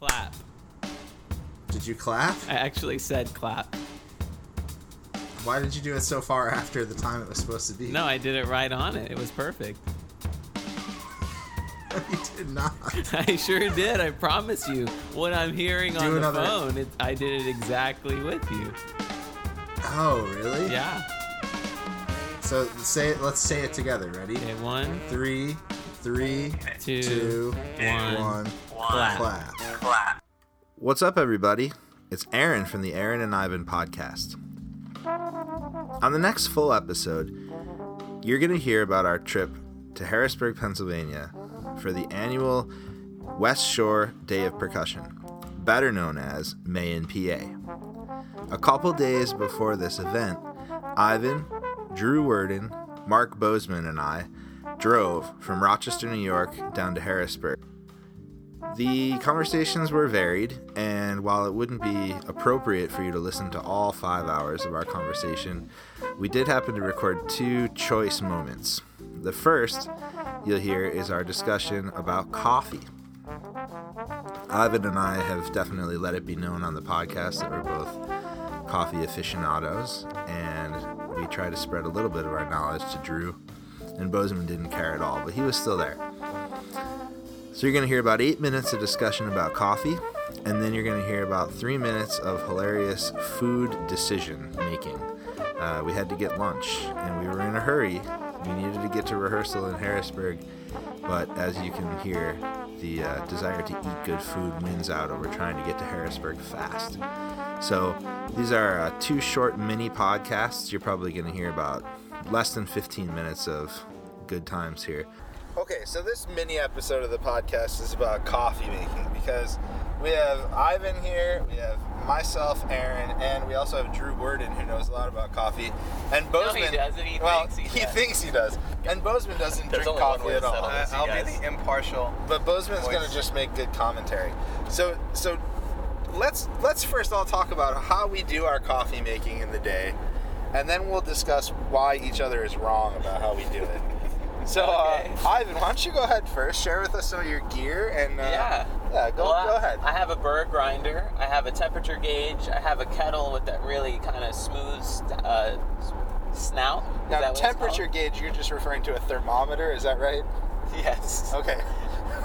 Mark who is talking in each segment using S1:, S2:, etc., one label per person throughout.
S1: Clap.
S2: Did you clap?
S1: I actually said clap.
S2: Why did you do it so far after the time it was supposed to be?
S1: No, I did it right on it. It was perfect.
S2: you did not.
S1: I sure did. I promise you. What I'm hearing on the
S2: another-
S1: phone, it, I did it exactly with you.
S2: Oh, really?
S1: Yeah.
S2: So say it. Let's say it together. Ready?
S1: Okay, one,
S2: Three, three,
S1: two,
S2: two,
S1: one.
S2: one,
S1: clap.
S2: clap. What's up, everybody? It's Aaron from the Aaron and Ivan podcast. On the next full episode, you're going to hear about our trip to Harrisburg, Pennsylvania for the annual West Shore Day of Percussion, better known as May in PA. A couple days before this event, Ivan, Drew Worden, Mark Bozeman, and I drove from Rochester, New York down to Harrisburg. The conversations were varied, and while it wouldn't be appropriate for you to listen to all five hours of our conversation, we did happen to record two choice moments. The first you'll hear is our discussion about coffee. Ivan and I have definitely let it be known on the podcast that we're both coffee aficionados, and we try to spread a little bit of our knowledge to Drew. And Bozeman didn't care at all, but he was still there. So you're going to hear about eight minutes of discussion about coffee, and then you're going to hear about three minutes of hilarious food decision making. Uh, we had to get lunch, and we were in a hurry. We needed to get to rehearsal in Harrisburg, but as you can hear, the uh, desire to eat good food wins out over trying to get to Harrisburg fast. So these are uh, two short mini podcasts. You're probably going to hear about less than 15 minutes of good times here. Okay, so this mini episode of the podcast is about coffee making because we have Ivan here, we have myself, Aaron, and we also have Drew Worden who knows a lot about coffee. And Bozeman,
S1: doesn't. He
S2: well,
S1: thinks he does.
S2: thinks he does, and Bozeman doesn't drink
S3: only one
S2: coffee
S3: way
S2: at
S3: to
S2: all.
S3: settle
S4: I-
S3: this, you
S4: I'll be
S3: guys.
S4: the impartial.
S2: But Bozeman's
S4: Voice.
S2: gonna just make good commentary. So so let's let's first all talk about how we do our coffee making in the day, and then we'll discuss why each other is wrong about how we do it. So
S3: Okay.
S2: uh, Ivan, why don't you go ahead first? Share with us some of your gear and uh,
S3: Yeah.
S2: yeah, go
S3: Well,
S2: go
S3: I-
S2: ahead.
S3: I have a burr grinder. I have a temperature gauge. I have a kettle with that really kind of smooth uh, s- snout. Is that
S2: now
S3: what it's
S2: temperature gauge, you're just referring to a thermometer, is that right?
S3: called? Yes.
S2: Okay.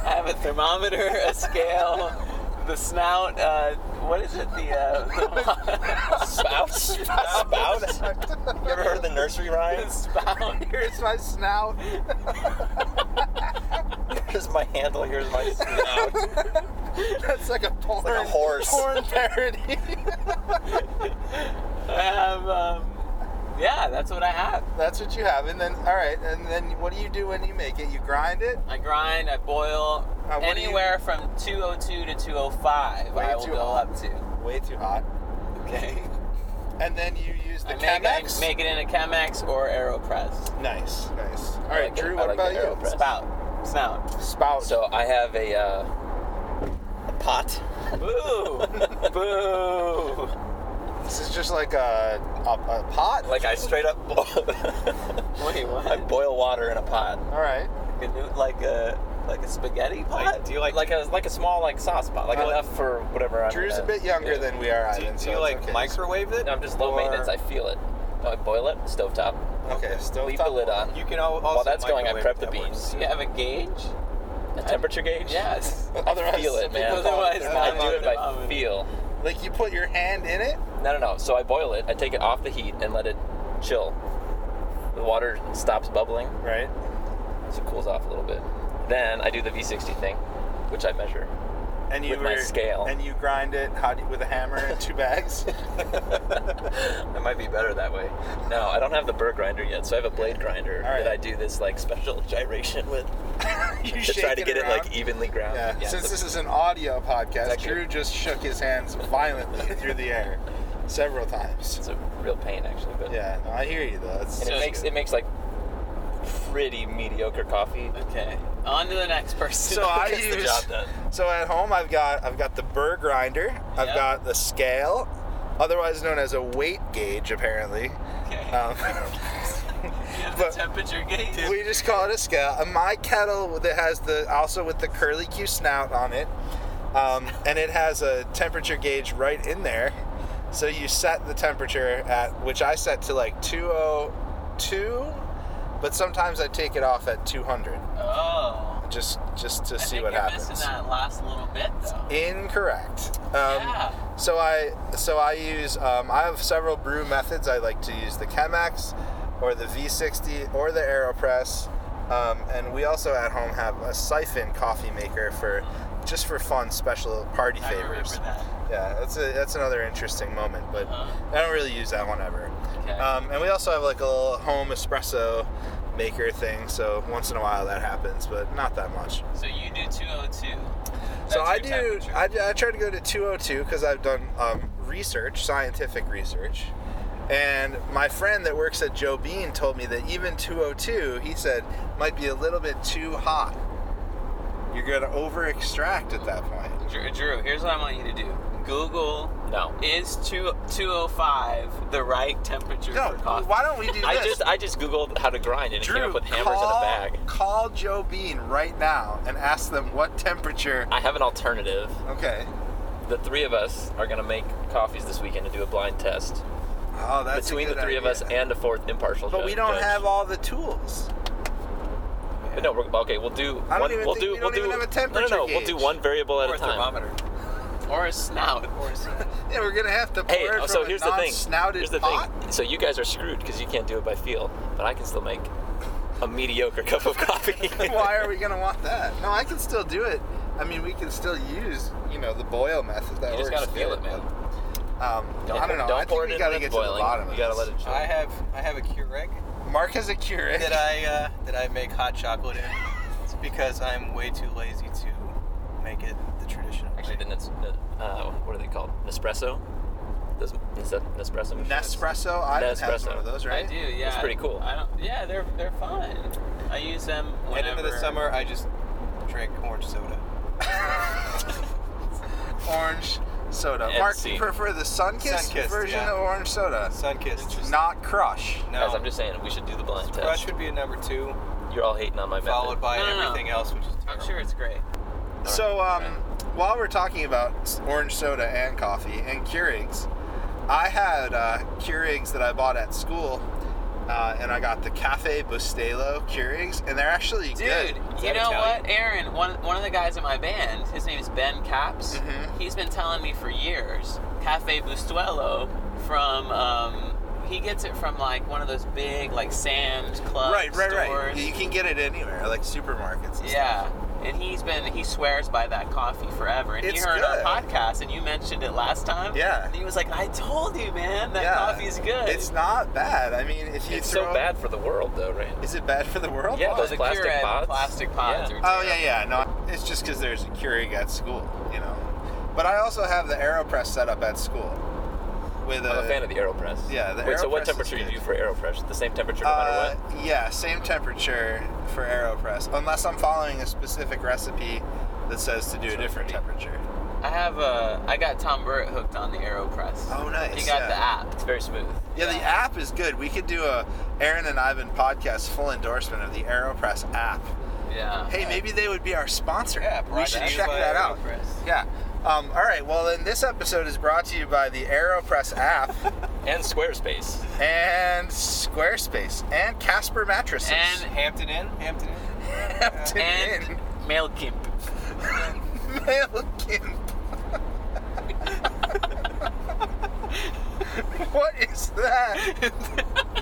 S3: I have a thermometer, a scale, the snout. Uh, what is it? The, uh, the
S4: Spout? Spout? You ever heard the nursery
S3: the
S4: rhymes?
S3: spout.
S2: Here's my snout.
S4: Here's my handle, here's my snout.
S2: That's like a porn
S4: like a horse.
S2: porn parody.
S3: I have. Um, yeah, that's what I have.
S2: That's what you have, and then all right, and then what do you do when you make it? You grind it.
S3: I grind. I boil
S2: Uh, what do you-
S3: anywhere from 202 to 205.
S2: Way
S3: I will
S2: too
S3: go
S2: hot.
S3: up to.
S2: Way too hot.
S3: Okay.
S2: And then you use the
S3: I make, I
S2: Chemex.
S3: make it in a Chemex or AeroPress.
S2: nice, nice. All
S4: I
S2: right,
S4: like
S2: Drew.
S4: it. I
S2: What
S4: like
S2: about
S4: the
S2: you?
S4: AeroPress.
S3: Spout. Snout.
S2: Spout.
S4: So I have a, uh, a pot.
S3: Boo! Boo!
S2: this is just like a, a, a pot.
S4: Like I straight up blow.
S3: Wait,
S4: I
S3: what?
S4: boil water in a pot.
S2: all right.
S3: Like a, new- like a, like a spaghetti pot?
S4: do you like like a like a small like sauce pot, like
S2: Uh,
S4: enough for whatever I'm.
S2: Drew's a
S4: gonna-
S2: bit younger
S4: yeah.
S2: than we are, Ivan. so it's okay.
S5: microwave it?
S4: I'm just low
S5: Or-
S4: maintenance. I feel it. No, I boil it, stovetop,
S2: Okay, stove
S4: leave
S2: top.
S4: the lid on.
S5: You can al- also.
S4: While that's going, I
S5: microwave
S4: prep
S5: it.
S4: the
S5: That works.
S4: beans.
S3: Do you have a gauge?
S4: A temperature gauge.
S3: Yes.
S2: Otherwise,
S4: feel it, man.
S2: people call
S3: Otherwise,
S2: it-
S4: I
S3: not.
S4: do it by
S3: Thermometer.
S4: feel.
S2: Like you put your hand in it.
S4: No, no, no. So I boil it. I take it off the heat and let it chill. The water stops bubbling,
S2: Right.
S4: so it cools off a little bit. Then I do the V60 thing, which I measure.
S2: And you
S4: With my
S2: were-
S4: scale.
S2: And you grind it. How do you, with a hammer and two bags?
S4: I might be better that way. No, I don't have the burr grinder yet, so I have a blade grinder
S2: All right.
S4: that I do this like special gyration with
S2: you
S4: to
S2: shake
S4: try to get it
S2: around.
S4: like evenly grounded.
S2: Yeah.
S4: Yeah,
S2: Since
S4: so-
S2: this is an audio podcast,
S4: Exactly.
S2: Drew just shook his hands violently through the air several times.
S4: it's a real pain actually, but
S2: Yeah, no, I hear you though. It's-
S4: and it makes it makes like pretty mediocre coffee.
S3: Okay. On to the next person.
S2: So I
S4: Gets the
S2: use
S4: job done.
S2: so at home I've got I've got the burr grinder. I've
S3: Yeah.
S2: got the scale, otherwise known as a weight gauge. Apparently,
S3: Okay.
S2: um,
S3: you have
S2: but-
S3: the temperature gauge?
S2: we just call it a scale. And my kettle that has the also with the curly Q snout on it um, and it has a temperature gauge right in there. So you set the temperature at which I set to like 202, but sometimes I take it off at 200
S3: Oh.
S2: just just to
S3: I
S2: see
S3: think
S2: what
S3: you're
S2: happens.
S3: missing that last little bit though.
S2: Incorrect. Um,
S3: Yeah.
S2: So I so I use um, I have several brew methods. I like to use the Chemex, or the V60, or the Aeropress, um, and we also at home have a siphon coffee maker for just for fun, special party
S3: I remember
S2: favors.
S3: that.
S2: Yeah, that's a, that's another interesting moment, but
S3: Uh-huh.
S2: I don't really use that one ever.
S3: Okay.
S2: Um, and we also have like a little home espresso maker thing, so once in a while that happens, but not that much.
S3: so you do 202. That's
S2: So I
S3: your
S2: do.
S3: temperature.
S2: I, I try to go to 202 because I've done um, research, scientific research, and my friend that works at Joe Bean told me that even 202, he said, might be a little bit too hot. You're gonna over extract at that point.
S3: Drew, Drew, here's what I want you to do. Google
S4: No.
S3: is two, 205 the right temperature
S2: No,
S3: for coffee.
S2: why don't we do this?
S4: I just I just googled how to grind and it came
S2: Drew,
S4: up with hammers
S2: call,
S4: in a bag.
S2: Call Joe Bean right now and ask them what temperature.
S4: I have an alternative.
S2: Okay.
S4: The three of us are gonna make coffees this weekend and do a blind test
S2: Oh, that's a
S4: between the
S2: good
S4: three of
S2: idea.
S4: us and a fourth impartial
S2: But
S4: ju-
S2: we don't
S4: judge.
S2: have all the tools.
S4: But no, we're, okay, we'll do.
S2: I don't
S4: one,
S2: even
S4: we'll
S2: think-
S4: do.
S2: we don't
S4: we'll
S2: even
S4: do.
S2: have a
S4: no,
S2: temperature
S4: no, no. We'll do
S2: gauge.
S4: one variable at
S3: or
S4: a
S3: a
S4: time.
S3: thermometer. Or a snout. Or a
S2: Yeah, we're gonna have to pour
S4: Hey, oh,
S2: it from
S4: so
S2: a
S4: here's the thing.
S2: non-snouted
S4: Here's the
S2: pot.
S4: thing. So you guys are screwed because you can't do it by feel, but I can still make a mediocre cup of coffee.
S2: Why are we gonna want that? No, I can still do it. I mean, we can still use you know the boil method. That
S4: You just
S2: works
S4: gotta feel
S2: good,
S4: it, man.
S2: but, Um,
S4: Don't,
S2: I don't know.
S4: Don't
S2: I think
S4: pour
S2: we
S4: it
S2: gotta
S4: in
S2: get
S4: with boiling.
S2: to the bottom.
S4: You gotta
S2: of
S4: let
S2: this.
S4: it chill.
S5: I have I have a Keurig
S2: Mark has a Keurig.
S5: that I uh, that I make hot chocolate in. It's because I'm way too lazy to make it the traditional.
S4: Actually, the,
S5: way.
S4: Nes- the uh, what are they called? Nespresso. Those Nes- Nespresso. machines.
S2: Nespresso. Ivan has
S4: Nespresso.
S2: one of those,
S3: I
S2: right?
S3: do, yeah.
S4: It's pretty cool.
S3: I don't, yeah, they're they're fun. I use them
S5: And
S3: whenever.
S5: into the summer, I just drink orange soda.
S2: Orange soda.
S4: And
S2: Mark,
S4: sea.
S2: you prefer the Sunkist,
S5: Sunkist,
S2: version
S5: yeah.
S2: of orange soda,
S5: Sunkist.
S2: not Crush.
S5: No.
S4: Guys, I'm just saying we should do the blind test.
S5: Crush would be a number two,
S4: You're all hating on my method.
S5: followed by
S3: No, no, no.
S5: everything else, which is
S3: I'm
S5: terrible.
S3: sure it's great.
S2: So, um, while we're talking about s- orange soda and coffee and Keurigs, I had uh, Keurigs that I bought at school, uh, and I got the Cafe Bustelo Keurigs, and they're actually
S3: Dude,
S2: good.
S3: you
S5: that
S3: know
S5: Italian?
S3: what, Aaron? One one of the guys in my band, his name is Ben Caps.
S2: Mhm.
S3: He's been telling me for years, Cafe Bustuelo from. Um, he gets it from like one of those big like Sam's Club
S2: right, right, right.
S3: stores.
S2: You can get it anywhere, like supermarkets. and
S3: Yeah, and he's been he swears by that coffee forever. And
S2: It's
S3: he heard
S2: good.
S3: our podcast, and you mentioned it last time.
S2: Yeah.
S3: and he was like, "I told you, man, that
S2: Yeah.
S3: coffee's good."
S2: It's not bad. I mean, if you
S4: It's
S2: throw,
S4: so bad for the world, though, right?
S2: Is it bad for the world?
S4: Yeah,
S2: Why?
S4: those
S3: the
S4: plastic
S3: Keurig
S4: pods?
S3: Plastic pods
S4: Yeah.
S3: are
S2: Oh
S3: terrible.
S2: yeah, yeah. No, it's just because there's a Keurig at school, you know. But I also have the Aeropress set up at school. With
S4: I'm a fan of the Aeropress.
S2: yeah, the
S4: Wait, so
S2: Aeropress
S4: what
S2: is
S4: temperature do you
S2: good.
S4: do for Aeropress? The same temperature no
S2: Uh,
S4: matter what?
S2: yeah, same temperature for Aeropress, unless I'm following a specific recipe that says to do a different temperature.
S3: I have a. I got Tom Burritt hooked on the AeroPress.
S2: Oh, nice,
S3: He got
S2: yeah.
S3: the app.
S4: It's very smooth.
S2: Yeah, the app is good. We could do a Aaron and Ivan podcast full endorsement of the Aeropress app.
S3: Yeah.
S2: Hey, maybe they would be our sponsor.
S5: Yeah,
S2: we
S5: brought
S2: should
S5: to you
S2: check
S5: by
S2: that out.
S5: AeroPress.
S2: Yeah. Um, all right. Well, then this episode is brought to you by the Aeropress app
S4: And Squarespace.
S2: and Squarespace and Casper mattresses.
S3: And
S5: Hampton Inn. Hampton Inn.
S2: Hampton
S3: and
S2: Inn.
S3: MailKimp.
S2: Mailkin. what is that?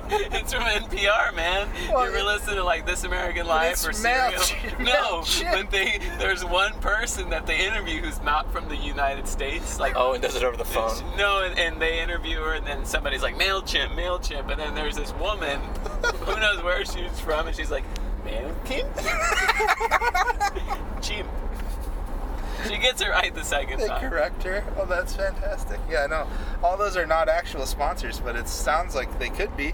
S3: it's from NPR, man.
S2: Well,
S3: you were
S2: it-
S3: listening to like This American Life
S2: it's
S3: or
S2: Mail-
S3: Serial. no,
S2: MailChimp.
S3: but they there's one person that they interview who's not from the United States. Like
S4: Oh, and does it over the phone.
S3: No, and, and they interview her, and then somebody's like, MailChimp, MailChimp. And then there's this woman, who knows where she's from, and she's like, MailChimp? Chimp. She gets it right the second
S2: They
S3: time.
S2: correct her. Oh, that's fantastic. Yeah, I know. All those are not actual sponsors, but it sounds like they could be.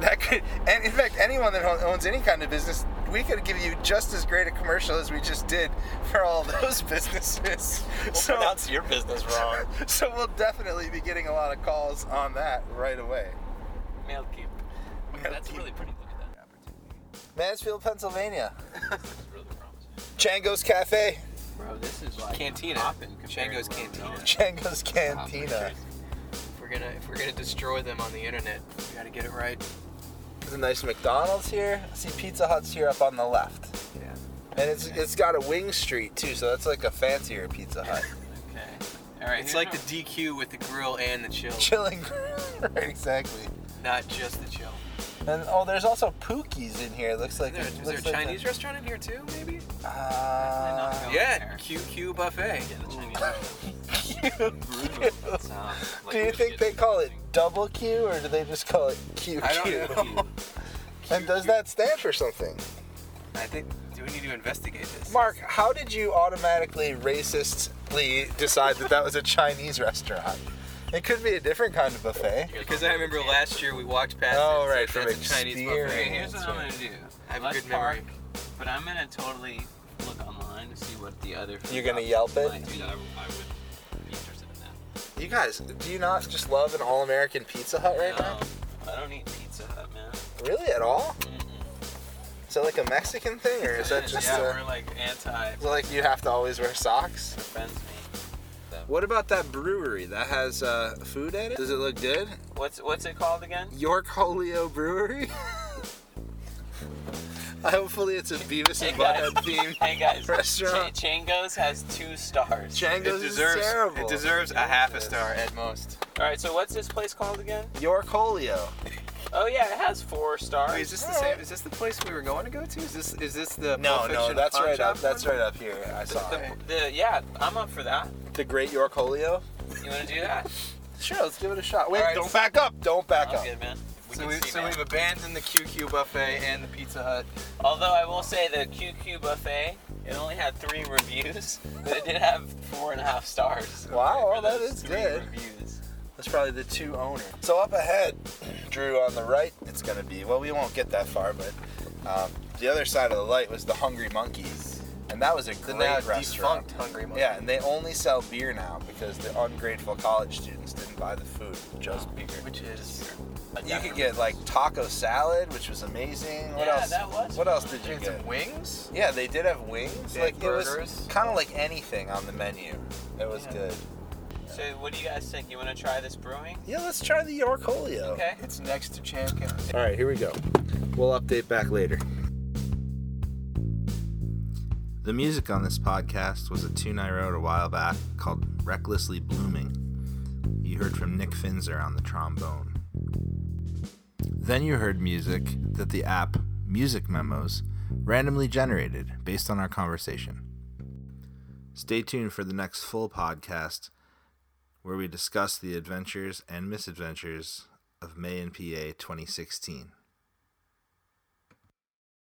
S2: That could, and in fact, anyone that owns any kind of business, we could give you just as great a commercial as we just did for all those businesses. so,
S4: Pronounce your business wrong.
S2: so we'll definitely be getting a lot of calls on that right away.
S3: MailChimp.
S4: That's really pretty. Look at that.
S2: Mansfield, Pennsylvania.
S4: It's really promising.
S2: Chango's Cafe.
S3: bro. This is like
S5: Cantina.
S3: popping compared
S5: Django's
S3: to where we're going.
S5: Cantina.
S2: Django's
S3: Wow, for
S2: Cantina.
S3: sure.
S5: If we're gonna if we're gonna destroy them on the internet, we gotta get it right.
S2: There's a nice McDonald's here. I see Pizza Hut's here up on the left.
S3: Yeah.
S2: And it's it's got a wing street too, so that's like a fancier Pizza Hut.
S3: Okay. All right.
S5: It's
S3: who
S5: like the
S3: knows?
S5: DQ with the grill and the chill,
S2: Chilling. right, exactly.
S5: not just the chill.
S2: And oh, there's also Pookies in here. It looks like
S5: Is there, is there a
S2: looks like
S5: Chinese restaurant in here too, maybe?
S2: A, uh,
S3: Definitely
S5: Yeah,
S3: there.
S5: QQ buffet.
S3: Yeah, the Chinese restaurant.
S2: Q.
S3: sounds like
S2: Do you
S3: it
S2: think
S3: should
S2: they
S3: be
S2: call it
S3: something.
S2: double Q or do they just call it QQ?
S5: I don't know.
S2: And does that stand for something?
S5: I think do we need to investigate this?
S2: Mark, how did you automatically racistly decide that that was a Chinese restaurant? It could be a different kind of buffet.
S5: Because I remember last year we walked past.
S2: Oh,
S5: it and
S2: right,
S5: said,
S2: from
S5: That's a Chinese
S2: experience.
S5: buffet.
S3: Okay, here's what I'm gonna do.
S5: I have a
S3: Let's
S5: good memory.
S3: park, but I'm gonna totally look online to see what the other. food
S2: You're gonna
S3: options
S2: Yelp it?
S3: might be. I, I would be interested in that.
S2: You guys, do you not just love an all American Pizza Hut right now?
S3: No, Um, I don't eat Pizza Hut, man.
S2: Really, at all? Is that like a Mexican thing or is that
S3: Yeah,
S2: just
S3: yeah,
S2: uh
S3: we're like anti.
S2: is that like you have to always wear socks?
S3: Offends me.
S2: What about that brewery that has uh, food in it? Does it look good?
S3: What's what's it called again?
S2: York Holio Brewery? Hopefully it's a Beavis
S3: Hey
S2: and
S3: guys,
S2: Butthead theme.
S3: hey guys,
S2: restaurant.
S3: Ch- Chango's has two stars.
S2: Django's
S5: It deserves
S2: is terrible.
S5: it deserves a half a star at most.
S3: All right, so what's this place called again?
S2: York Holio.
S3: Oh yeah, it has four stars.
S5: Wait, is this the same? Is this the place we were going to go to? Is this is this the
S2: No,
S5: Pulp
S2: no,
S5: Fiction
S2: that's
S5: pawn
S2: right
S5: shop
S2: up. That's
S5: one?
S2: right up here. I saw
S3: the,
S2: it.
S3: the- yeah, I'm up for that.
S2: The Great York Holio.
S3: You want to do that?
S2: Sure, let's give it a shot. Wait,
S3: All right.
S2: don't back up. Don't back
S3: I'm
S2: up.
S3: good, man. We
S5: So,
S3: can
S5: we,
S3: see,
S5: so
S3: man.
S5: we've abandoned the QQ buffet and the Pizza Hut.
S3: Although I will say the QQ buffet, it only had three reviews, but it did have four and a half stars.
S2: Wow,
S3: For
S2: well, that
S3: those
S2: is
S3: three
S2: good.
S3: Reviews.
S2: That's probably the two owner. So up ahead, Drew on the right, it's gonna be. Well, we won't get that far, but um, the other side of the light was the Hungry Monkeys, and that was a
S5: The
S2: great
S5: now
S2: restaurant.
S5: defunct Hungry Monkey.
S2: Yeah, and they only sell beer now because the ungrateful college students didn't buy the food, just beer.
S5: Which is uh,
S2: You could get like taco salad, which was amazing. What
S3: Yeah,
S2: else?
S3: that was
S2: what else did you
S5: Chicken
S2: get?
S5: some wings.
S2: Yeah, they did have wings.
S5: They
S2: like
S5: had
S2: it
S5: burgers.
S2: was kind of like anything on the menu. It was
S3: Yeah.
S2: good.
S3: So what do you guys think? You want to try this brewing?
S2: Yeah, let's try the York Holio.
S3: Okay.
S5: It's next to Champion.
S2: All right, here we go. We'll update back later.
S6: The music on this podcast was a tune I wrote a while back called Recklessly Blooming. You heard from Nick Finzer on the trombone. Then you heard music that the app Music Memos randomly generated based on our conversation. Stay tuned for the next full podcast where we discuss the adventures and misadventures of May and PA 2016.